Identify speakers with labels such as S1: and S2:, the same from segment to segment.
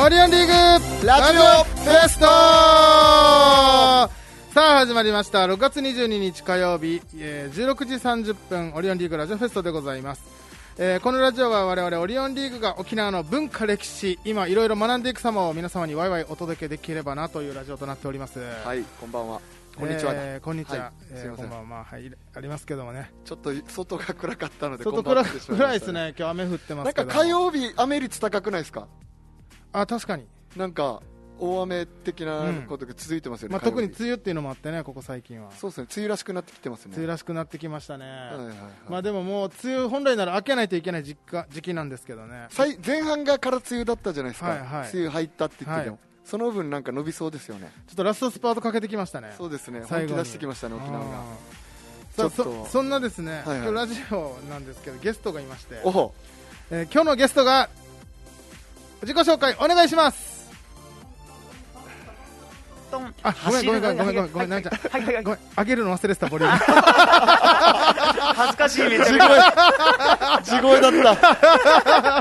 S1: オリオンリーグ
S2: ラジオ
S1: フェストさあ始まりました6月22日火曜日、えー16時30分オリオンリーグラジオフェストでございます、えーこのラジオは我々オリオンリーグが沖縄の文化歴史今いろいろ学んでいく様を皆様にワイワイお届けできればなというラジオとなっております
S2: はいい、こんばんは。こんにちは。
S1: えーこんにちは、
S2: はい
S1: えー
S2: すいま
S1: こ
S2: せん
S1: んばんは、はい、ありますけどもね
S2: ちょっと外が暗かったので、
S1: 外
S2: こんば
S1: 暗
S2: ん
S1: い
S2: はってしまま
S1: 暗い
S2: し
S1: で
S2: た
S1: すね今日雨降ってま
S2: なん
S1: すけ
S2: か
S1: ど
S2: 火曜日、雨率高くないですか
S1: あ確かに、
S2: なんか、大雨的なことが続いてますよね。
S1: まあ、特に梅
S2: 火
S1: 雨
S2: 曜
S1: っていうのもあってねここ最近は
S2: 日そうですね、梅雨らしくなってきてますね。
S1: 梅雨らしくなってきましたね、
S2: はいはいはい
S1: まあでももう梅雨本来なら開けないといけない時期か時期なんですけどね
S2: 最前半がから梅雨だったじゃないですか。
S1: はいはい
S2: 梅雨入ったって言ってても。
S1: は
S2: その分なんか伸びそうですよね。
S1: ちょっとラストスパートかけてきましたね
S2: そうですね。
S1: 最後
S2: 本気
S1: に
S2: 出してきましたね、沖縄が。
S1: さあ
S2: ちょっ
S1: そ
S2: と
S1: そんなですね、
S2: はいは
S1: 今
S2: い
S1: 日ラジオなんですけどゲストがいまして
S2: お、ほ。
S1: えー今日のゲストが自己紹介お願いします
S3: トン
S1: あごめんごめんごめんごめんごめんごめんなん
S3: はい
S1: ちゃん
S3: はいはい
S1: ご
S3: は
S1: め
S3: い
S1: ん上げるの忘れてたボリューム
S3: 恥ずかしいめちゃ
S2: 地
S3: めち
S2: 声地声だった。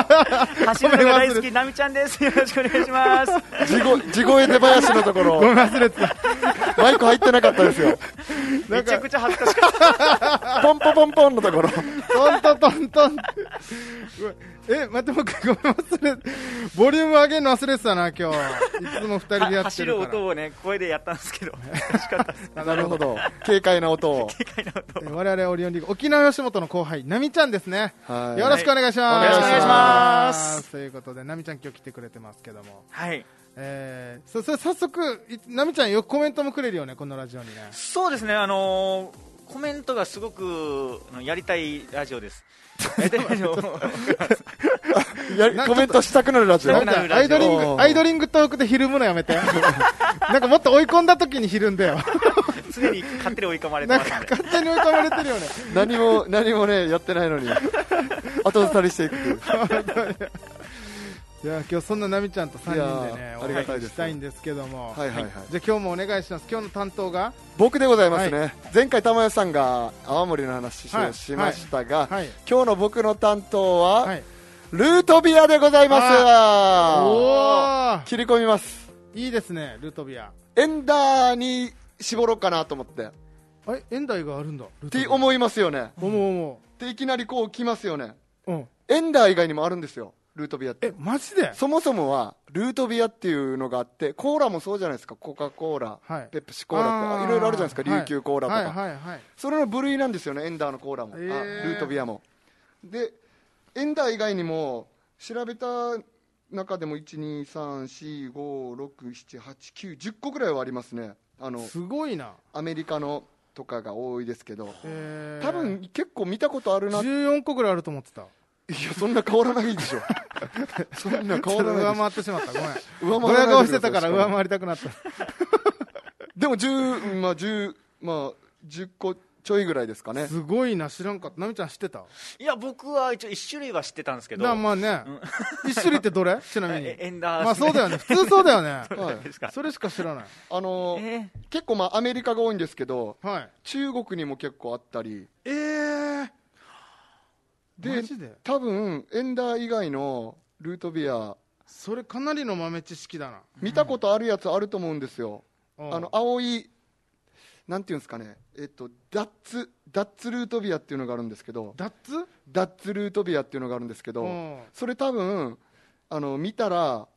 S3: ゃ走るのが大好きなみちゃんですよろしくお願いします
S2: 地声、地声出囃子のとこ
S1: ごめ
S2: ろ、
S1: ん忘れてた
S2: マイク入ってなかったですよ。
S3: めちゃくちゃ恥ずかしかっ
S2: ポンポポンポンのところ。
S1: トントントントンえ待って僕ごめん忘れボリューム上げるの忘れてたな今日いつも二人で
S3: た
S1: やって
S3: 走る
S1: るから
S3: 音をね声でやったんで すけど恥ずかしかったです
S2: なるほど。 軽快な音を。
S1: え我々オリオンリーグ沖縄吉本の後輩奈美ちゃんですね
S2: はい
S1: よろしくお願いします、
S2: はいお願いし
S3: ます
S1: ということで奈美ちゃん今日来てくれてますけども
S3: はい
S1: えー、そそ早速い奈美ちゃんよくコメントもくれるよねこのラジオにね
S3: そうですねあのーコメントがすごくあのやりたいラジオ です。やりたいラジオ。
S2: やりコメントしたくなるラジオ
S3: した
S1: 奈
S3: く
S1: 美
S3: な
S1: ち
S3: る
S1: ゃんアイドリン
S2: ラジオ
S1: グアイドリングトークでひるむのやめ てなんかもっと追い込んだ時にひるんだよ
S3: 常に勝手に追い込まれて
S1: なん
S3: ます
S1: か
S3: んで。
S1: 勝手に追い込まれてるよね
S2: 何も何もねやってないのに後ずさりしていくっていう
S1: いや今日そんな奈美ちゃんと3人で
S2: い
S1: ね
S2: や
S1: お
S2: ありがた
S1: 話し
S2: いです
S1: したいんですけども、
S2: はいはいはい
S1: じゃあ今日もお願いします今日の担当が
S2: 僕でございますね、前回玉代さんが泡盛の話をし,、
S1: はい
S2: ましたが、
S1: はい
S2: 今日の僕の担当は、
S1: はい
S2: ルートビアでございま
S1: おー
S2: す切り込みます
S1: いいですねルートビア
S2: エンダーに絞ろうかなと思ってっ
S1: あれ縁台があるんだルートビ
S2: て
S1: ア
S2: 思いますよね
S1: 思う思
S2: っていきなりこう来ますよね
S1: う、うん、
S2: エンダー以外にもあるんですよルートビアって
S1: えマジで
S2: そもそもはルートビアっていうのがあってコーラもそうじゃないですかコカ・コーラ、
S1: はい
S2: ペプシコーラって
S1: あ
S2: あ
S1: ー
S2: いろいろあるじゃないですか、琉球コーラとか、
S1: はいはいはいはい
S2: それの部類なんですよねエンダーのコーラも、あ
S1: へー
S2: ルートビアもでエンダー以外にも調べた中でも12345678910個ぐらいはありますねあの
S1: すごいな、
S2: アメリカのとかが多いですけど
S1: えー、
S2: 多分結構見たことあるな、い
S1: 14個ぐらいあると思ってた
S2: やそんな変わらないで しょそんな変わらないでしょ
S1: 上回ってしまったごめん ド
S2: 上回らないでください
S1: ヤ顔してたから
S2: しかも
S1: 上回りたくなった
S2: でも10、まあ、10、まあ、10個ちょいぐらいですかね。
S1: すごいな知らんかった奈美ちゃん知ってた
S3: いや僕は一応一種類は知ってたんですけど。
S1: なまあね、一種類って どれちなみに
S3: えエンダー
S1: まあそうだよね普通そうだよ ね
S2: はい
S3: ですか。
S1: それしか知らない
S2: あのー
S3: え
S2: 結構、まあ、アメリカが多いんですけど、
S1: はい
S2: 中国にも結構あったり、
S1: ええ
S2: で
S1: マジで
S2: 多分エンダー以外のルートビア、
S1: それかなりの豆知識だな
S2: 見たことあるやつあると思うんですよ。
S1: うん
S2: あの、青い、なんていうんですかね、えっと、ダッツ、ダッツルートビアっていうのがあるんですけど、
S1: ダッツ
S2: ダッツルートビアっていうのがあるんですけど、
S1: うん
S2: それ多分あの見たら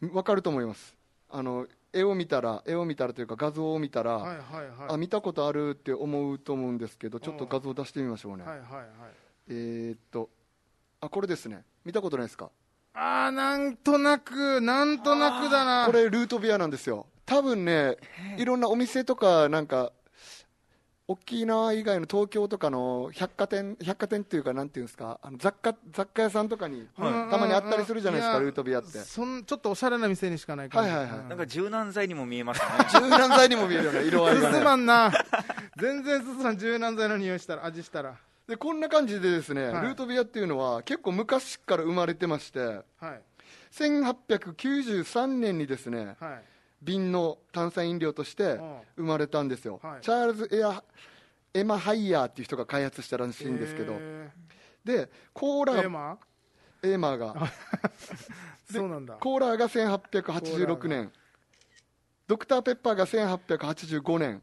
S2: 分かると思いますあの絵を見たら絵を見たらというか画像を見たら、
S1: はいはいはい
S2: あ見たことあるって思うと思うんですけどちょっと
S1: うん
S2: 画像出してみましょうね、
S1: はいはいはい
S2: えーっとあこれですね見たことないですか
S1: あーなんとなくなんとなくだな
S2: これルートビアなんですよ多分ねいろんなお店とかなんか沖縄以外の東京とかの百貨店百貨店っていうかなんていうんですかあの雑貨雑貨屋さんとかに
S1: う
S2: た
S1: んうんうん
S2: まにあったりするじゃないですか
S1: や
S2: ルートビアって
S1: そんちょっとおしゃれな店にしかない感じ
S2: はいはいはい
S1: うん
S3: なんか柔軟剤にも見えますね。
S2: 柔軟剤にも見えるよね色合いが ね
S1: すすまんな全然すすまん柔軟剤の匂いしたら味したら
S2: でこんな感じでですね、
S1: はい
S2: ルートビアっていうのは結構昔から生まれてまして
S1: はい
S2: 1893年にですね
S1: はい
S2: 瓶の炭酸飲料として
S1: うん
S2: 生まれたんですよ、
S1: はい
S2: チャールズ・エアエマ・ハイヤーっていう人が開発したらしいんですけど、
S1: え
S2: でコー
S1: ー、
S2: ラ
S1: エマ
S2: エーマーがで
S1: そうなんだ
S2: コーラーが1886年ドクターペッパーが1885年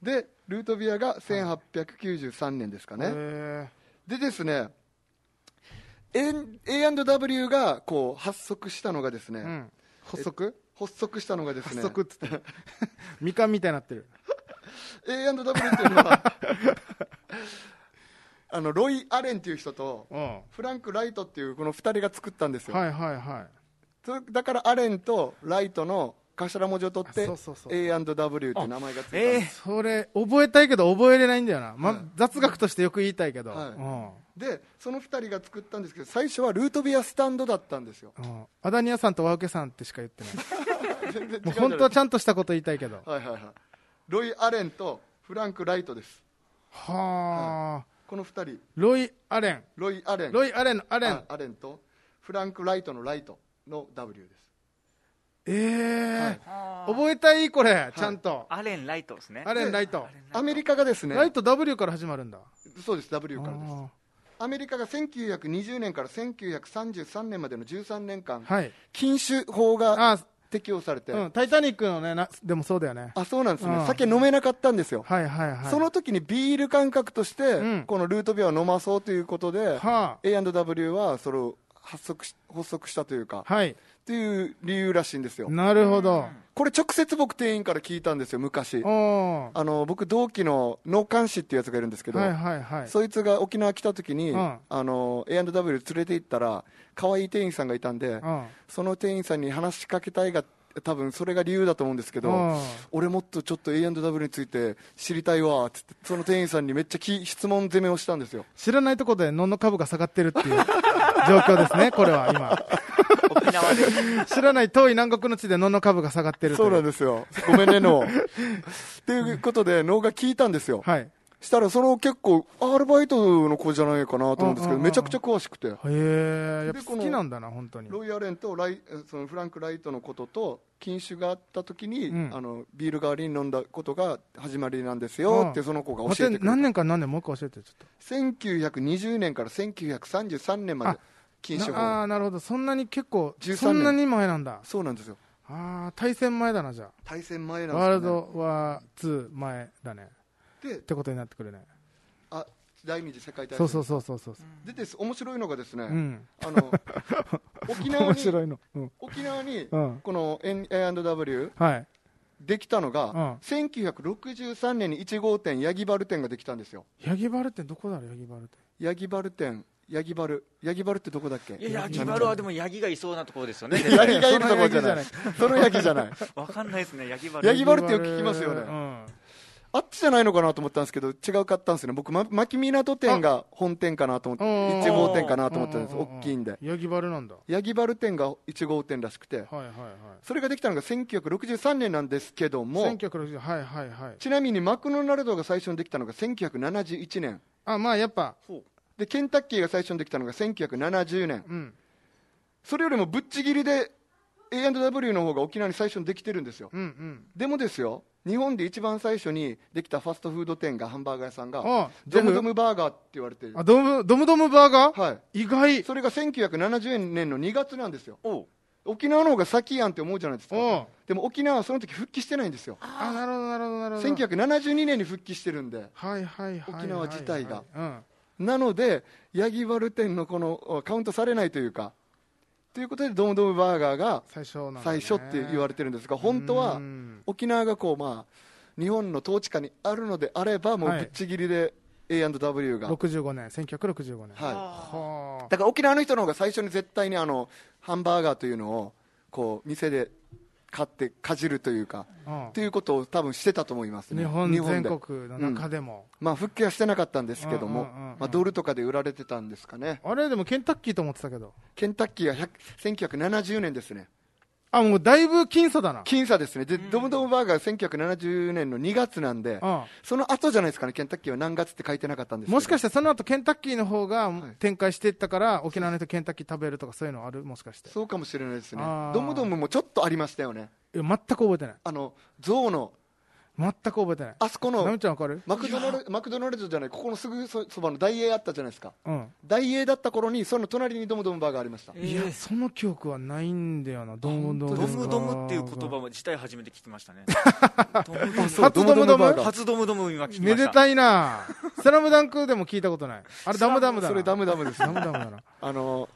S2: でルートビアが1893年ですかね、
S1: へ
S2: でですね A- A&W がこう発足したのがですね、
S1: えうん発足
S2: 発足したのがです
S1: 発
S2: ね
S1: 足っつ ってるみかんみたいになってる
S2: A&W っていうのは あのロイ・アレンっていう人と
S1: うんは
S2: フランク・ライトっていうこの2人が作ったんです
S1: い
S2: よ、
S1: はいはい
S2: そだからアレンとライトの頭文字を取って
S1: あそうそうそう
S2: A&W って名前がついたん
S3: え
S2: です、
S3: ー
S1: それ覚えたいけど覚えれないんだよな、ま
S2: はい
S1: 雑学としてよく言いたいけど、
S2: はい
S1: うん
S2: でその2人が作ったんですけど最初はルートビアスタンドだったんですよ
S1: うんアダニアさんとワウケさんってしか言ってない
S2: 全 然違う
S1: もう
S2: じゃ
S1: 本
S2: ない
S1: 当はちゃんとしたこと言いたいけどは
S2: はいはいはいロイ・アレンとフランク・ライトです
S1: あ、
S2: この2人
S1: ロイ・アレン
S2: ロイ・アレン
S1: ロイ・アレンのアレン
S2: あアレンとフランク・ライトのライトの W です
S1: ええ
S2: はい
S1: 覚えたいこれちゃんと、
S3: アレン・ライトですね
S1: アレン・ライト、
S2: アメリカがですね
S1: ライト W から始まるんだ
S2: そうです W からです
S1: あ
S2: アメリカが1920年から1933年までの13年間、
S1: ーはい
S2: 禁酒法が
S1: あ、
S2: 適用されて、
S1: うん「タイタニック」のねなでもそうだよね
S2: あそうなんですね、
S1: うん
S2: 酒飲めなかったんですよ、
S1: はいはいはい
S2: その時にビール感覚として、
S1: うん
S2: このルートビアを飲まそうということで、
S1: は
S2: A&W はそれを発足し発足したというか、
S1: あはい
S2: という理由らしいんですよ、
S1: なるほど
S2: これ、直接僕、店員から聞いたんですよ、昔、
S1: おー
S2: あの僕、同期の脳幹師っていうやつがいるんですけど、
S1: はいはいはい
S2: そいつが沖縄来た時に、
S1: うん
S2: あの A&W 連れて行ったら可愛い店員さんがいたんで、
S1: うん
S2: その店員さんに話しかけたいが多分それが理由だと思うんですけど、
S1: うん
S2: 俺もっとちょっと A&W について知りたいわっつってその店員さんにめっちゃき質問攻めをしたんですよ
S1: 知らないところでのんの株が下がってるっていう状況ですねこれは今
S3: 沖 縄で
S1: 知らない遠い南国の地でのんの株が下がってるとい
S2: そうなんですよごめんねの っていうことで能が聞いたんですよ
S1: はいへ
S2: したらその結構アルバイトの子じゃないかなと思うんです
S1: う
S2: け
S1: んうんう
S2: ど
S1: ん
S2: めちゃくちゃ詳しくて
S1: えやっぱ
S2: でこ
S1: 好
S2: の
S1: きなんだな本当に
S2: ロイヤレンとライそのフランク・ライトのことと禁酒があった時に、
S1: うん
S2: あのビール代わりに飲んだことが始まりなんですよってその子が
S1: 待
S2: 教
S1: っ
S2: えて
S1: て
S2: くれた
S1: 何年か何年もう一回教えてちょっと
S2: 1920年から1933年まで
S1: あ
S2: 禁酒
S1: なあ
S2: 法
S1: あなるほどそんなに結構
S2: 13年
S1: そんなに前なんだ
S2: そうなんですよ
S1: ああ対戦前だなじゃ
S2: 対戦前
S1: あ、
S2: なんです
S1: ワール
S2: よ
S1: ドワー2前だね
S2: ねで
S1: ってことになってくるね
S2: あ第二次世界大戦
S1: そうそうそうそうそう
S2: でです面白いのがですね、
S1: うん
S2: あの沖縄
S1: 面
S2: に
S1: 白いのうん
S2: 沖縄に
S1: うん
S2: この A&W
S1: はい
S2: できたのが、
S1: うん
S2: 1963年に1号店ヤギバル店ができたんですよ
S1: ヤギバルってどこだろうヤギバルって
S2: ヤギバル店ヤギバルヤギバルってどこだっけ
S3: いやヤギバルはでもヤギがいそうなところですよね
S2: ヤギがいるとこじゃないそのヤギじゃない
S3: わかんないですねヤギバ
S2: ヤ
S3: ル
S2: ギバルってよく聞きますよ
S1: う
S2: ね
S1: ん
S2: あっちじゃないのかなと思ったんですけど違うかったんですね僕、ま、牧港店が本店かなと思って
S1: うん
S2: 1号店かなと思ったんです
S1: うううう
S2: 大きいんで
S1: ヤギバルなんだは
S2: ヤギバル店が1号店らしくて
S1: いはいはい
S2: それができたのが1963年なんですけども
S1: 1960はいはいはい
S2: ちなみにマクドナルドが最初にできたのが1971年
S1: あまあやっぱ
S3: ほ
S2: でケンタッキーが最初にできたのが1970年
S1: うん
S2: それよりもぶっちぎりで A&W の方が沖縄に最初にできてるんですよ
S1: うんうん
S2: でもですよ日本で一番最初にできたファストフード店がハンバーガー屋さんが
S1: あ
S2: ドムドムバーガーって言われてる
S1: あドムドムドムバーガー
S2: は
S1: 意
S2: い
S1: 外
S2: それが1970年の2月なんですよ
S3: うおう
S2: 沖縄の方が先やんって思うじゃないです
S1: お
S2: か
S1: う
S2: でも沖縄はその時復帰してないんですよ
S1: あなるほどなるほどなるほど
S2: 1972年に復帰してるんで
S1: はいはいはいはい
S2: 沖縄自体が
S1: うん
S2: なのでヤギバル店のこのカウントされないというかということでドムドムバーガーが
S1: 最初なんだね
S2: 最初って言われてるんですが本
S1: う
S2: 当は
S1: ん
S2: 沖縄がこうまあ日本の統治下にあるのであればもう
S1: はい
S2: ぶっちぎりで A&W が、
S1: 65年1965年
S2: はい、
S1: は
S2: だから沖縄の人の方が最初に絶対にあのハンバーガーというのをこう店で買ってかじるというか
S1: あ
S2: ということを多分してたと思いま
S1: 日
S2: すね
S1: 本全
S2: で
S1: 国の中でも
S2: まあ復帰はしてなかったんですけども
S1: うんうんうんうん
S2: まあドルとかで売られてたんですかね
S1: あれでもケンタッキーと思ってたけど
S2: ケンタッキーは100 1970年ですね
S1: あもうだいぶ僅差だな
S2: 僅差ですねでドムドムバーガー1970年の2月なんで
S1: うん
S2: その後じゃないですかねケンタッキーは何月って書いてなかったんですけど
S1: もしかしてその後ケンタッキーの方が
S2: はい
S1: 展開していったから、沖縄の人ケンタッキー食べるとかそういうのあるもしかして
S2: そうかもしれないですね
S1: あー
S2: ドムドムもちょっとありましたよね
S1: いや全く覚えてない
S2: あの象の
S1: 全く覚えてない
S2: あそこ
S1: な
S2: の
S1: みちゃんわかる
S2: マクドナルマクドナルドじゃないここのすぐそそばのダイエーあったじゃないですか
S1: うん
S2: ダイエーだった頃にその隣にドムドムバーがありました
S1: いやその記憶はないんだよなドムド
S3: ド
S1: ム
S3: ムドムっていう言葉自体初めて聞きましたねドムドム
S2: そう
S1: 初ドムドム
S2: バーガー
S3: 初ドムドム今聞きま
S1: め
S3: した
S1: でたいな「スラムダンクでも聞いたことないあれダムダムだな
S2: それダムダム です
S1: ダムダムだな
S2: あの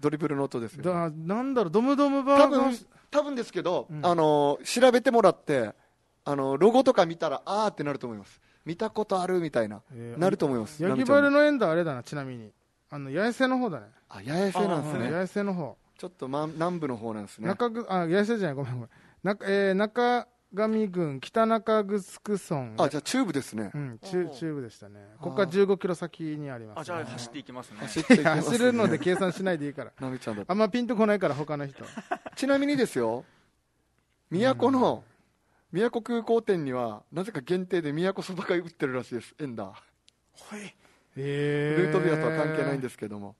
S2: ドリブルの音ですよ
S1: だなんだろうドムドムバ
S2: 多
S1: ーガー
S2: 分多分ですけど、
S1: うん
S2: あの調べてもらってあのロゴとか見たらあーってなると思います見たことあるみたいな、
S1: えー
S2: なると思います
S1: 焼き
S2: ラ
S1: バル
S2: ム
S1: のエンドはあれだなちなみにあの八重瀬の方だね
S2: ちゃんあ八重瀬なん
S3: う
S2: で
S1: う
S2: す
S1: ん
S2: ね
S1: 八重瀬の方
S2: ちょっと、ま、南部の方なんですね
S1: 中ぐあ八重瀬じゃないごめんごめん中,、えー中上郡北中城村
S2: あじゃあ中部ですね
S1: うん、
S3: お
S1: 中
S3: うおう
S1: 中部でしたね
S2: あー
S1: ここから1 5キロ先にあります、ね、
S3: あじゃあ走っていきますね
S2: 走っていき ますね
S1: 走るので計算しないでいいから
S2: ナミちゃんだ
S1: あんまピンとこないから他の人
S2: ちなみにですよ宮古の宮古空港店にはなぜか限定で宮古そばが売ってるらしいですエンダー
S3: ほい
S1: えー
S2: ルートビアとは関係ないんですけども、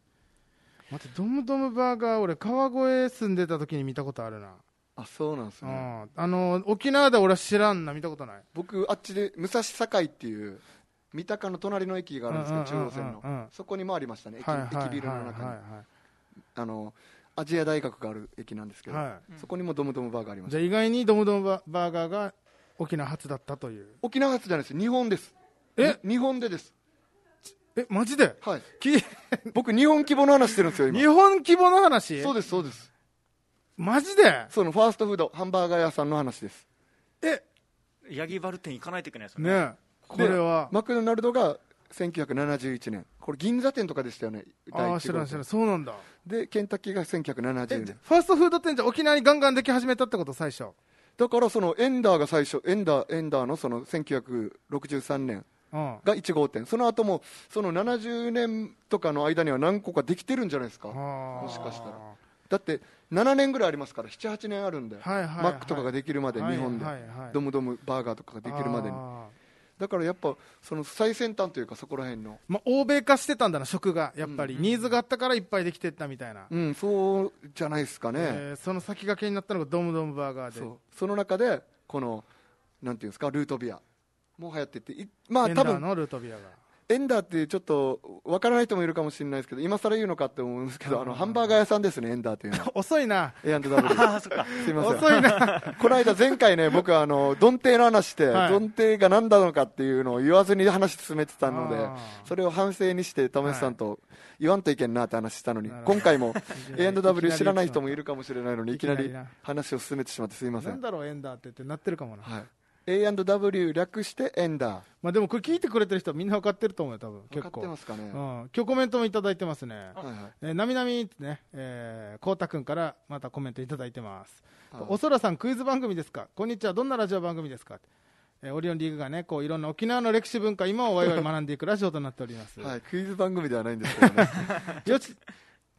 S1: 待ってドムドムバーガー俺川越住んでた時に見たことあるな、
S2: あそうなんです
S1: う
S2: ね
S1: ん、あの沖縄で俺は知らんな見たことない
S2: 僕あっちで武蔵境っていう三鷹の隣の駅があるんですけど中央線
S1: うんうんうんうん
S2: のそこにもありましたね駅,、
S1: はいはいはい
S2: 駅ビルの中に、
S1: は
S2: あのアジア大学がある駅なんですけ
S1: い
S2: ど、
S1: はいは
S2: そこにもドムドムバーがあり
S1: い
S2: まし
S1: じ
S2: た
S1: ゃあ意外にドムドムババーガーが沖縄初だったという
S2: 沖縄発じゃないです日本です
S1: え
S2: に日本でです
S1: えマジで
S2: はい
S1: き
S2: 僕日本規模の話してるんですよ
S1: 日
S2: 今
S1: 本規模の話
S2: そうですそうです
S1: マジで
S2: そのファーストフードハンバーガー屋さんの話です
S1: え
S3: ヤギバル店行かないといけないですよね
S1: ねえこれは、
S2: マクドナルドが1971年これ銀座店とかでしたよね
S1: あ
S2: 第
S1: あ
S2: 一
S1: 知
S2: 号
S1: らん知らんそうなんだ
S2: でケンタッキーが1970
S1: えじゃ
S2: 年
S1: ファーストフード店じゃ沖縄にガンガンでき始めたってこと最初
S2: だからそのエンダーが最初エンダーエンダーのその1963年
S1: うん
S2: が1号店その後もその70年とかの間には何個かできてるんじゃないですか
S1: も
S2: もしかしたらだって7年ぐらいありますから78年あるんで、
S1: はいはいはい
S2: マックとかができるまで、
S1: はい
S2: 日本で、
S1: はいはい
S2: ドムドムバーガーとかができるまでに
S1: あー
S2: だからやっぱその最先端というかそこら辺の
S1: まあ、欧米化してたんだな食がやっぱり、
S3: うん
S1: ニーズがあったからいっぱいできてったみたいな、
S2: うんそうじゃないですかね、
S1: えーその先駆けになったのがドムドムバーガーで
S2: そうその中でこのなんていうんですかルートビアも流行ってっていまあ
S1: エン
S2: 多
S1: ダー
S2: 分
S1: のルートビアが
S2: エンダーってちょっとわからない人もいるかもしれないですけど今更言うのかって思うんですけどあ
S1: う
S2: の
S1: ん
S2: ハンバーガー屋さんですねエンダーと いうのは
S1: 遅いな
S2: A&W
S3: ああそっか
S2: すいません
S1: 遅いな
S2: この間前回ね僕あのドンテの話して、
S1: はい
S2: ドンテが何なのかっていうのを言わずに話進めてたので
S1: あー
S2: それを反省にして為さんと言わんといけんなって話したのに、
S1: なるほど
S2: 今回も
S1: いきなり
S2: A&W 知らない人もいるかもしれないのにい
S1: い
S2: き
S1: き
S2: な
S1: なり
S2: り話を進めてしまってすいませ
S1: なんん、だろうエンダーってってなってるかもな、
S2: はい、A&W 略してエンダー
S1: まあ、でもこれ聞いてくれてる人はみんな分かってると思うよ多分
S2: 分
S1: 結
S2: かっ
S1: 構
S2: てますかね、
S1: う
S2: は
S1: ん、今日コメントもいただいてますね
S2: いはい
S1: えーなみなみってね、えー、こうたくんからまたコメントいただいてます。
S2: はい
S1: おそらさん、クイズ番組ですかこんにちは、どんなラジオ番組ですかえーオリオンリーグがね、こういろんな沖縄の歴史文化、今をわいわい学んでいくラジオとなっております。
S2: はい、クイズ番組ではないんですけどね
S1: よし、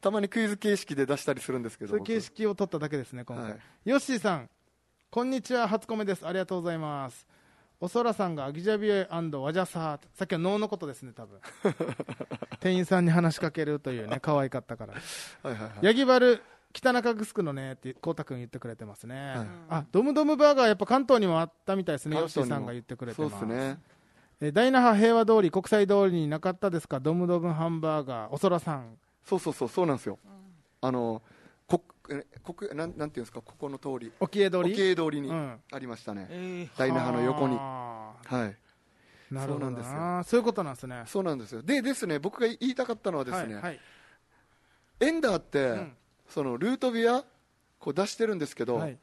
S2: たまにクイズ形式で出したりするんですけど
S1: そういう形
S2: 僕
S1: 式を取っただけですね、今回。
S2: はい
S1: ヨッシーさん、こんにちは、初コメです。ありがとうございます。おそらさんがアギジャビエワジャサー、さっきは能のことですね、多分 店員さんに話しかけるというね、可愛かったから。
S2: はいはいはい
S1: ヤギバル北中城のねってこうたくん言ってくれてますね、
S2: はい
S1: あドムドムバーガーやっぱ関東にもあったみたいですねヨッ
S2: 関
S1: シー
S2: 東にも
S1: さんが言ってくれて
S2: そう
S1: ま
S2: ですすね
S1: えー大那覇平和通り国際通りになかったですかドムドムハンバーガーおそらさん
S2: そうそうそうそうなんですよ、あのこえ国なんなんていうんですかここの通り
S1: 沖江通り
S2: 時計通りに
S1: うん
S2: ありましたね、
S3: え
S2: 大那覇の横に
S1: あ
S2: はい
S1: ーなるほど
S2: そうなんです
S1: なそういうことなんですね
S2: そうなんですよでですね僕が言いたかったのはですね、
S1: はいはい
S2: エンダーって、
S1: ん
S2: そのルートビアこう出してるんですけど、
S1: はい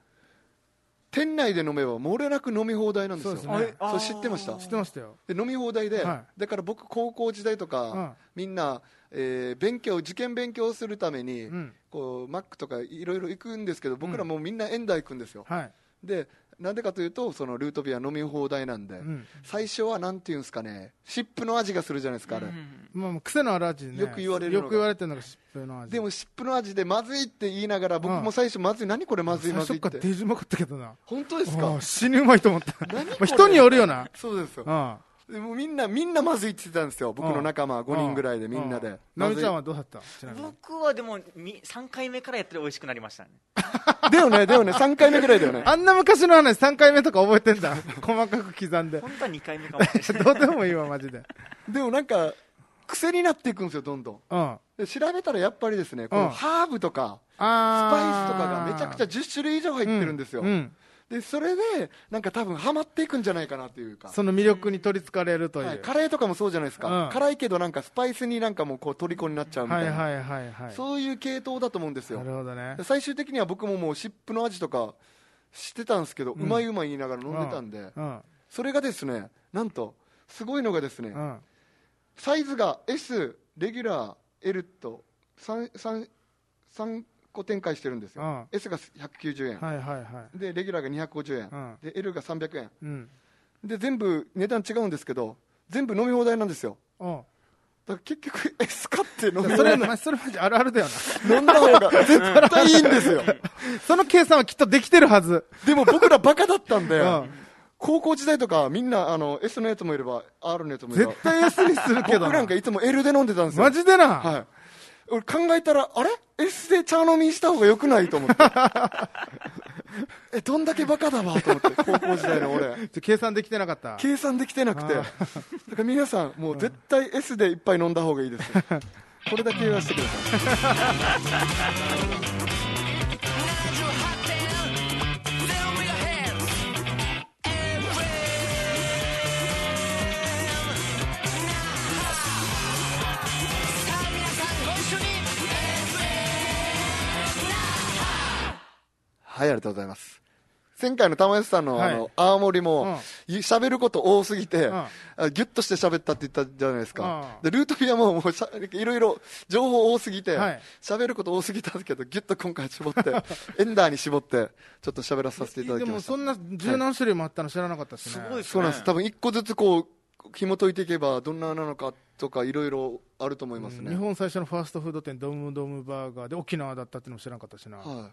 S2: 店内で飲めば漏れなく飲み放題なんですよ
S1: そう
S3: ーあ
S1: です
S3: れ
S1: ね
S3: あー
S2: そう知ってました
S1: 知ってましたよ、
S2: で飲み放題で、
S1: は
S2: だから僕高校時代とか、
S1: うん
S2: みんな、えー勉強受験勉強するために、
S1: うん
S2: こうマックとかいろいろ行くんですけど僕らもうみんなエンダー行くんですよ、
S1: はい
S2: でなんでかというとそのルートビア飲み放題なんで、
S1: うん
S2: 最初はなんていうんですかね湿布の味がするじゃないですかあれ、
S1: まあ、もう癖のある味でね
S2: よく言われるの
S1: よ
S2: が
S1: く言われてるのが湿布の味
S2: でも湿布の味でまずいって言いながら僕も最初まずい何これまずい
S1: 最
S2: まずい
S1: 初
S2: っ
S1: から
S2: て
S1: デジうまかったけどな
S2: 本当です
S1: あ
S2: か
S1: ー死にうまいと思った
S2: 何
S1: ま
S2: こ
S1: あ
S2: れ
S1: 人によるよな
S2: そうですよ
S1: うん
S2: でもみんなみんなまずいって言ってたんですよ僕の仲間5人ぐらいでみんな
S1: う
S2: で
S1: ナ
S2: ま
S1: ミ
S2: ずい
S1: ちゃんはどうだったちなみに
S3: 僕はでもみ3回目からやってる美味しくなりましたね
S2: だよねだよね3回目ぐらいだよね
S1: あんな昔の話3回目とか覚えてんだ細かく刻んで
S3: 本当は2回目かもしれない
S1: どうでもいいわマジで
S2: でもなんか癖になっていくんですよどんどん
S1: うんあ
S2: で調べたらやっぱりですねこのハーブとかスパイスとかがめちゃくちゃ10種類以上入ってるんですよ、
S1: ううん
S2: でそれでなんか多分ハマっていくんじゃないかなというか
S1: その魅力に取りつかれるという、
S2: はい、カレーとかもそうじゃないですか、
S1: うん
S2: 辛いけどなんかスパイスになんかもうこう虜になっちゃうみた
S1: はいい
S2: な、
S1: はいはいはい
S2: そういう系統だと思うんですよ
S1: なるほどね
S2: で最終的には僕ももう湿布の味とかしてたんですけど、うんまいうまい言いながら飲んでたんで、
S1: うん
S2: それがですねなんとすごいのがですね、
S1: うん
S2: サイズが S レギュラー L と 3, 3, 3個展開してるんですよ、
S1: うん
S2: S が190円、
S1: はいはいはい
S2: でレギュラーが250円、
S1: うん
S2: で L が300円
S1: うん
S2: で全部値段違うんですけど全部飲み放題なんですよ
S1: うん
S2: だから結局 S 買って飲
S1: そ
S2: み放
S1: れ
S2: 題
S1: まそれマジあるあるだよな
S2: 飲んだ方が 絶対いいんですよ
S1: その計算はきっとできてるはず
S2: でも僕らバカだったんで、
S1: うん
S2: 高校時代とかみんなあの S のやつもいれば R のやつもいれば
S1: 絶対 S にするけど
S2: 僕なんかいつも L で飲んでたんですよ
S1: マジでな、
S2: はい俺考えたらあれ S で茶飲みした方がよくないと 思ってえどんだけバカだわと思って高校時代の俺
S1: ちょ計算できてなかった
S2: 計算できてなくて
S1: あ
S2: だから皆さんもう絶対 S でいっぱい飲んだ方がいい ですこれだけ言わせてくださいはいありがとうございます前回の玉安さんの,、あ
S1: は
S2: の青森
S1: うん
S2: もい喋、ること多すぎて、
S1: ん
S2: あギュッとして喋ったって言ったじゃないですか、
S1: う
S2: でルートビアももうしゃいろいろ情報多すぎて
S1: はい
S2: 喋、ること多すぎたんですけどギュッと今回絞って エンダーに絞ってちょっと喋らさせていただ
S1: で
S2: きま
S1: も
S2: した
S1: そんな十何種類もあったの知らなかったしね、
S3: すごいですね
S2: そうなんです多分一個ずつこう紐解いていけばどんななのかとかいろいろあると思います
S1: 日
S2: ね、
S1: 本最初のファーストフード店ドムドムバーガーで沖縄だったっていうのも知らなかったしな、
S2: は、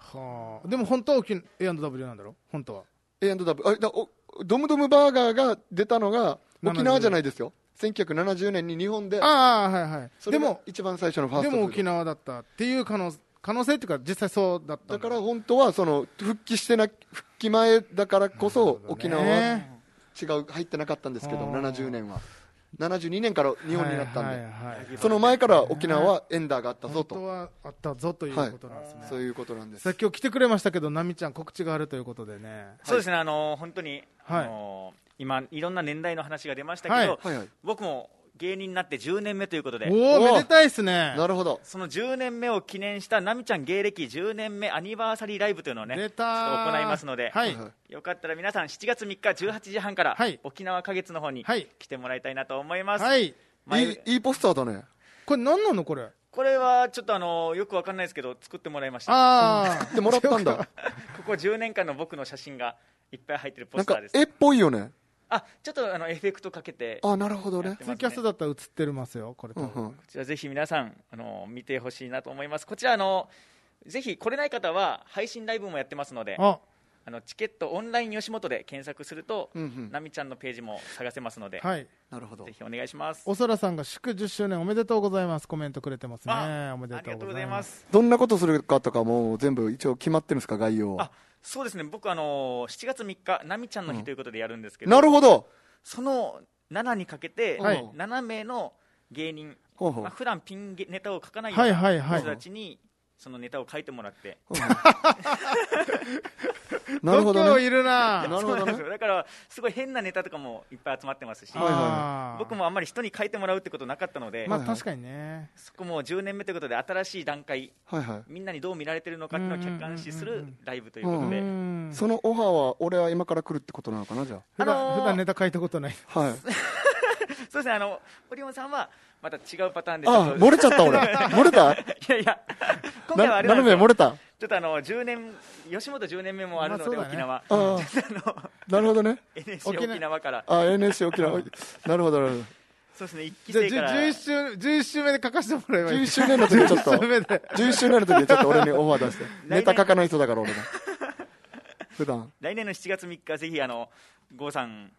S1: はあ、でも本当は沖 A&W なんだろ本当はい
S2: A&W あだおドムドムバーガーが出たのが沖縄じゃないですよ1970年に日本で
S1: ああはいはい
S2: それ
S1: で
S2: が
S1: も
S2: 一番最初のファース
S1: で
S2: ト
S1: も
S2: フード
S1: 沖縄だったっていう可能可能性っていうか実際そうだった
S2: だ
S1: ん
S2: から本当はその復帰してな復帰前だからこそ沖縄は違
S1: ね
S2: う入ってなかったんですけど
S1: あー
S2: 70年は72年から日本になったん
S1: はい
S2: で
S1: はいはい
S2: その前から沖縄はエンダーがあったぞ
S1: 本当
S2: と
S1: はあったぞということなんですね、
S2: そういうことなんです
S1: さあ今日来てくれましたけど奈美ちゃん告知があるということでね
S3: そうですねあの本当に、
S1: はい
S3: あの今いろんな年代の話が出ましたけど、
S1: はい
S2: はいはい
S3: 僕も芸人になって10年目ということで
S1: おお
S2: おー
S1: めでたいですね
S2: なるほど
S3: その10年目を記念した奈美ちゃん芸歴10年目アニバーサリーライブというのをね
S1: 出
S3: ちょ
S1: た
S3: っと行いますので、
S1: はい
S2: はい
S3: よかったら皆さん7月3日18時半から、
S1: はい
S3: 沖縄花月の方に
S1: はい
S3: 来てもらいたいなと思います、
S1: はい
S3: 前
S2: いいいいポスターだね
S1: これ何なのこれ
S3: これはちょっとあのよくわかんないですけど作ってもらいました
S1: あ
S2: でもらったんだ
S3: ここ10年間の僕の写真がいっぱい入ってるポ
S2: なん
S3: スタ
S2: か
S3: ーです
S2: 絵っぽいよね
S3: あちょっとあのエフェクトかけてこ
S2: あなるほど
S3: やっ
S2: ね
S1: あ
S3: てます
S1: ツイキャスだったら映ってますよこれ多
S2: うん
S1: 分
S2: うん
S3: ちらぜひ皆さんあの見てほしいなと思いますこちらあのぜひ来れない方は配信ライブもやってますので
S1: あ
S3: あのチケットオンライン吉本で検索すると、
S2: うんうん
S3: ナミちゃんのページも探せますので、
S1: はい
S2: なるほど
S3: ぜひお願いします。
S1: おそらさんが祝10周年おめでとうございますコメントくれてますね
S3: あ
S1: おめで
S3: あり
S1: と
S3: が
S1: う
S3: とう
S1: ご
S3: ご
S1: ざ
S3: ざ
S1: い
S3: い
S1: ま
S3: ますす。
S2: どんなことするかとかも全部一応決まってるんですか概要は
S3: あそうですね、僕、あの7月3日、ナミちゃんの日ということでやるんですけど、
S2: なるほど
S3: その7にかけて、
S1: はい
S3: 7名の芸人、
S2: ほうほう
S3: まあ普段ピンゲネタを書かないよ
S1: は
S3: う
S1: い
S3: な
S1: はいはい
S3: 人たちに、そのネタを書いてもら って、
S2: なるほ
S1: 度
S2: ど
S1: 胸
S2: ね
S1: いるな
S2: なるほ
S3: そ
S2: ど
S3: うなんです
S2: ね
S3: よだから、すごい変なネタとかもいっぱい集まってますし、
S2: はい
S1: あー
S3: 僕もあんまり人に書いてもらうってことなかったので、
S1: まあ
S2: はいはい
S1: 確かにね
S3: そこも10年目ということで、新しい段階。
S2: はいはい
S3: みんなにどう見られてるのかっていうのを客観視するライブというこ
S1: う
S3: とで、
S1: ん
S2: そのオファーは俺は今から来るってことなのかなじゃ
S1: 普
S3: あの
S1: 段
S3: ー
S1: 普段ネタ書いたことない
S2: あはい
S3: そうですねあのオリオンさんはまた違うパターンでちょっ
S2: あ
S3: と
S2: 漏れちゃった俺漏れた
S3: いやいや今回は
S2: な
S3: あれなん
S2: 斜
S3: です
S2: め
S3: よ
S2: 漏れた
S3: ちょっとあの10年吉本10年目もあるので、
S1: まあそうだね
S3: 沖縄
S2: ああなるほどね
S3: NSC
S1: 沖縄
S3: 沖縄から
S2: あ NSC 沖縄なるほどなるほ
S3: そうですね一期
S1: じゃあ
S3: 生から
S1: 11週11週目で書かせてもらえ
S2: ど
S1: ばいい
S2: 11周年の時ちょっと
S1: 11週目で
S2: 11周年の時ちょっと俺にオファー出 して
S3: 年
S2: ネタ書かない人だから 俺が普段
S3: 来年の7月3日ぜひあの郷さん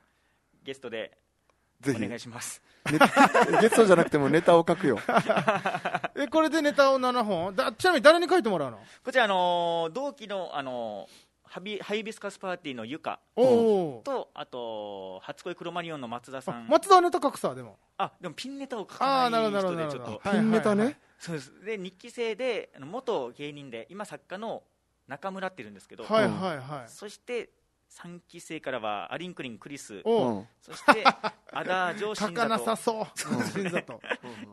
S3: ゲストで
S2: ぜ
S3: お
S2: ひ
S3: 願いします
S2: ネタゲストじゃなくてもネタを書く よ
S1: えこれでネタを7本だちなみに誰に書いてもらうの
S3: こちら、あのー同期の、あのーハビハイビスカスパーティーのゆか
S1: おおー、
S3: とあと初恋クロマニオンの松田さ
S1: あ
S3: ん
S1: 松田はネタ書くさでも
S3: あでもピンネタを書
S1: ああ
S3: か
S1: なる
S3: ない
S1: ほどなる
S3: 人
S1: ほどなる
S3: で
S1: ほど
S3: ちょっと
S1: はいはいはい
S2: ピンネタね
S3: そうですで日記生であの元芸人で今作家の中村っているんですけど、
S1: はいはいはい
S3: そして3期生からはアリンクリンクリス
S1: お
S2: う
S1: お
S2: ん
S3: そしてアダー上
S1: 書
S3: 新
S1: かなさ
S3: 里
S1: そう新里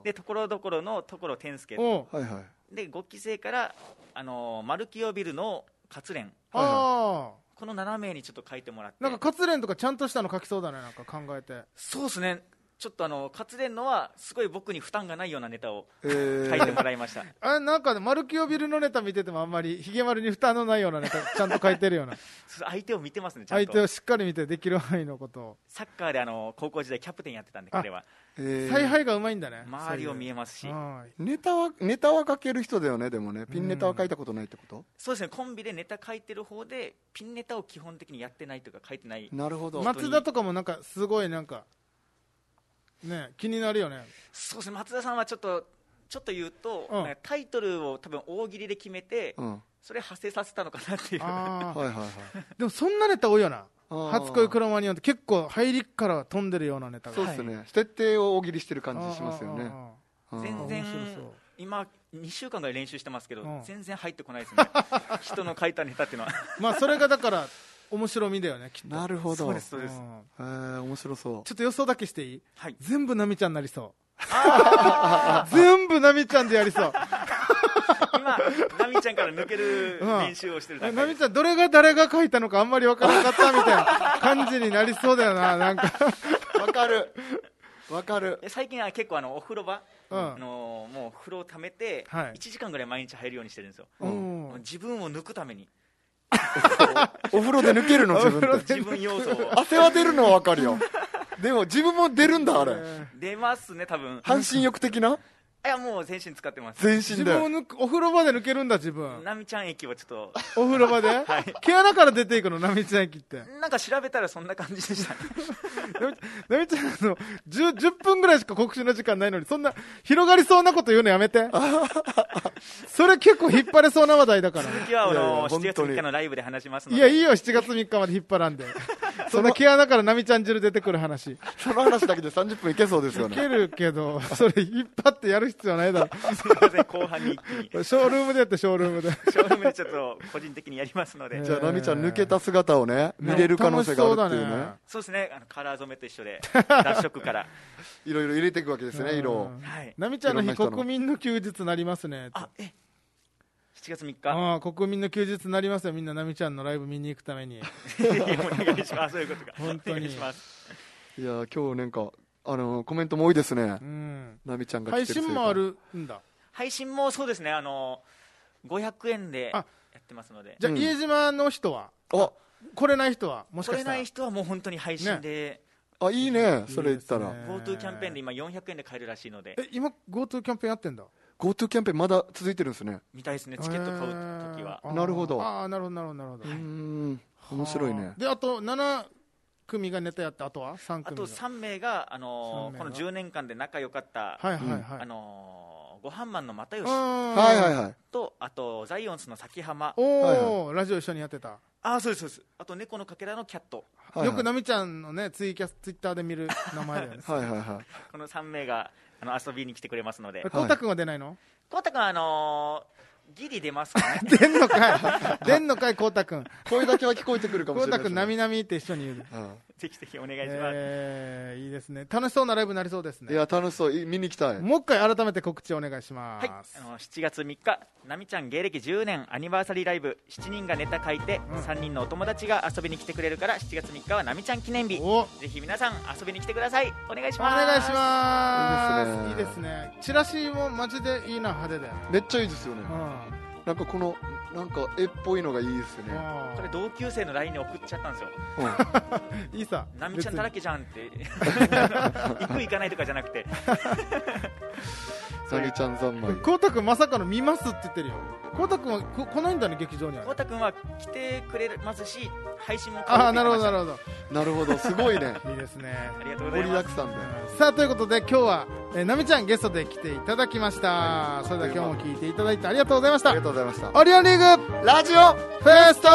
S3: でところどころのところ天
S1: お
S3: 助
S1: お
S2: はいはい
S3: で5期生からあのマルキオビルの活連
S1: あ
S3: この7名にちょっと書いてもらって
S1: あなんか活連とかちゃんとしたの書きそうだねなんか考えて
S3: そうですねちょっとあの活連のはすごい僕に負担がないようなネタを
S2: えー
S3: 書いてもらいました、
S1: あなんかねマルキオビルのネタ見ててもあんまりひげ丸に負担のないようなネタちゃんと書いてるような
S3: そう相手を見てますねちゃん
S1: 相手
S3: と
S1: をしっかり見てできる範囲のことを
S3: サッカーであの高校時代キャプテンやってたんで彼は
S2: えー
S1: 采配がうまいんだね
S3: 周りを見
S1: え
S3: えますし
S1: はい
S2: ネタはネタは書ける人だよねでもねピンネタは書いたことないってこと、
S3: そうですねコンビでネタ書いてる方でピンネタを基本的にやってないというか書いてない
S2: なるほど、
S3: ま
S1: 松田とかもなんかすごいなんかね気になるよね
S3: そうですね松田さんはちょっとちょっと言うと、
S1: うん
S3: なんかタイトルを多分大喜利で決めて、
S2: うん、
S3: それ派生させたのかなっていう
S1: あ
S2: は
S1: あ
S2: いはいはい
S1: でもそんなネタ多いよな「
S2: あ ー
S1: 初恋クロマニオン」って結構入りから飛んでるようなネタが
S2: そうですね、設定を大喜利してる感じしますよね
S1: あーあ
S2: うん
S3: 全然
S1: 面白そう
S3: 今2週間ぐらい練習してますけど、
S1: うん
S3: 全然入ってこないですね人の書いたネタっていうのは
S1: ーあーまあそれがだから面白みだよねきっと
S2: なるほど
S3: そうですそうです、
S1: うん
S2: えー、面白そう
S1: ちょっと予想だけしていい
S3: はい
S1: 全部ナミちゃんになりそう 全部ナミちゃんでやりそう
S3: 今ナミちゃんから抜ける練習をしてる段
S1: ナ
S3: 階で
S1: ミ
S3: す、
S1: ちゃんどれが誰が書いたのかあんまり分からなかったみたいな感じになりそうだよななんか
S2: わかるわかる
S3: で最近は結構あのお風呂場、
S1: うん
S3: あのもう風呂をためて、
S1: はい
S3: 1時間ぐらい毎日入るようにしてるんですよ、
S1: うん
S3: 自分を抜くために
S2: お風呂で抜けるの自分って
S3: 自分要素を
S2: 汗は出るのはわかるよでも自分も出るんだあれ
S3: 出ますね多分
S2: 半身浴的ない
S3: やもう全身使ってます
S2: 全
S1: 自
S2: 身だ
S1: 分を
S2: よ
S1: 抜くお風呂場で抜けるんだ自分
S3: ナミちゃん駅はちょっ
S1: お風呂場 で、毛穴から出ていくのナミちゃん駅って
S3: となんか調べたらそんな感じでしたね
S1: ナミちゃんあの 10, 10分ぐらいしか告知の時間ないのにそんな広がりそうなこと言うのやめ てそれ結構引っ張れそうな話題だ から
S3: 今日はあ
S2: いやいや
S3: の
S2: 本
S3: 7
S2: 当に
S3: 月3日のライブで話します
S1: い
S3: ので
S1: やいいよ7月3日まで引っ張らんでそんな毛穴からナミちゃん汁出てくる話 い
S2: その話だけで30分いけそうですよね
S1: けるけどそれ引っ張ってやる必要ないだ
S3: すいません後半に一気に
S1: ろショールームでやってショールームで
S3: ショールームでちょっと個人的にやりますので、
S2: じゃあ奈美ちゃん抜けた姿をね見れる可能性があるっていう
S1: 楽しそう
S2: ね
S1: だね
S3: そうですねあのカラー染めと一緒で脱色から
S2: いろいろ入れていくわけですね色を
S1: うん
S3: はい
S1: ナミちゃんの
S2: いろんな
S1: 日
S2: 人の
S1: 国民の休日なりますね
S3: あえ7月3日
S1: ああ国民の休日になりますよみんなナミちゃんのライブ見に行くために
S3: いやお願いしますそういうことか
S1: 本当に
S3: お願いします
S2: いやー今日なんかあのーコメントも多いですね
S1: うん
S2: 奈美ちゃん が来て
S1: 配
S2: るせいか
S1: 信もあるんだ
S3: 配信もそうですねあの500円でや
S1: あ
S3: ってますので
S1: じゃあ、
S2: うん
S1: 家島の人は
S2: あ
S1: 来れない人はもし
S3: 来
S1: か
S3: れ
S1: したら
S3: ない人はもう本当に配信で
S2: あいいねそれ言った
S1: いい
S2: ら
S1: ですね
S3: GoTo キャンペーンで今400円で買えるらしいので
S1: え今 GoTo キャンペーンやってんだ
S2: GoTo キャンペーンまだ続いてるんですね
S3: 見たいですねチケット買うときは
S1: えーあー
S2: なるほど
S1: ああなるほどなるほどなるほど
S2: うーん面白い
S1: は
S2: ね
S1: あであと7組がネタやってあとは3
S3: あ
S1: 組が
S3: と3名が、あ
S1: 三
S3: のー
S1: 名が
S3: この10年間で仲良かっ
S1: は
S3: た、
S1: いはいはい、
S3: あのーご飯マンの又吉
S1: は
S2: はいはいはい
S3: と、あとザイオンスの崎浜、
S1: おお、
S2: は
S1: ラジオ一緒にやってた、
S3: あーそうです、そうです、あと猫のかけらのキャット、
S2: はいはい
S1: よくなみちゃんのねツイキャスツイッターで見る名前だよね
S2: はいはいはい
S3: この3名があの遊びに来てくれますので、
S1: こうたくんは出ないの、
S3: こうたくんはあのーギリ出ますか ね、
S1: 出んのかい 出んのかいこうたくん
S2: 声だけは聞こえてくるかも
S1: こ
S2: し
S1: う
S2: れな
S1: た
S2: い
S1: くんなみなみって一緒に言う
S3: ぜひぜひお願いします。
S1: えーいいですね楽しそうなライブになりそうです
S2: うんい
S1: ね
S2: や楽しそうい見に行きたい
S1: もう一回改めて告知お願いしま
S3: はい、
S1: す、
S3: あの7月3日、なみちゃん芸歴10年アニバーサリーライブ、7人がネタ書いて、
S1: うん
S3: 3人のお友達が遊びに来てくれるから、7月3日はなみちゃん記念日、
S1: お
S3: ぜひ皆さん遊びに来てください。お願いし
S1: お
S3: ます。
S1: 願いしますい
S2: い
S1: い
S2: い
S1: で
S2: ですす
S1: ねチラシもマジでいいな派手で
S2: めっちゃいいですよね
S1: うん
S2: なんかこのなんか絵っぽいのがいいですね
S3: これ同級生の LINE に送っちゃったんですよ、
S1: うんいいさ
S3: なみちゃ んだらけじゃんって、行く、行かないとかじゃなくて、
S2: サニーちゃん三昧
S1: こうたくんまさかの見ますって言ってるよこうたくんはこ来ないんだね劇場に
S3: コ
S1: は
S3: ウタ君は来てくれますし配信も
S1: ああなるほどなる
S3: ほ
S1: ほど
S2: なるほどすごいね
S1: いいですね
S3: どありがとうご
S2: 盛
S3: ざい
S2: りだ
S3: ます
S2: くさんで
S1: さあということで今日は、えー、なみちゃんゲストで来ていただきました、それでは今日も聞いていただいてありがとうございまし
S2: あ
S1: た
S2: りがとうございました
S1: オリオンリーグ
S2: ラジオ
S1: フェスト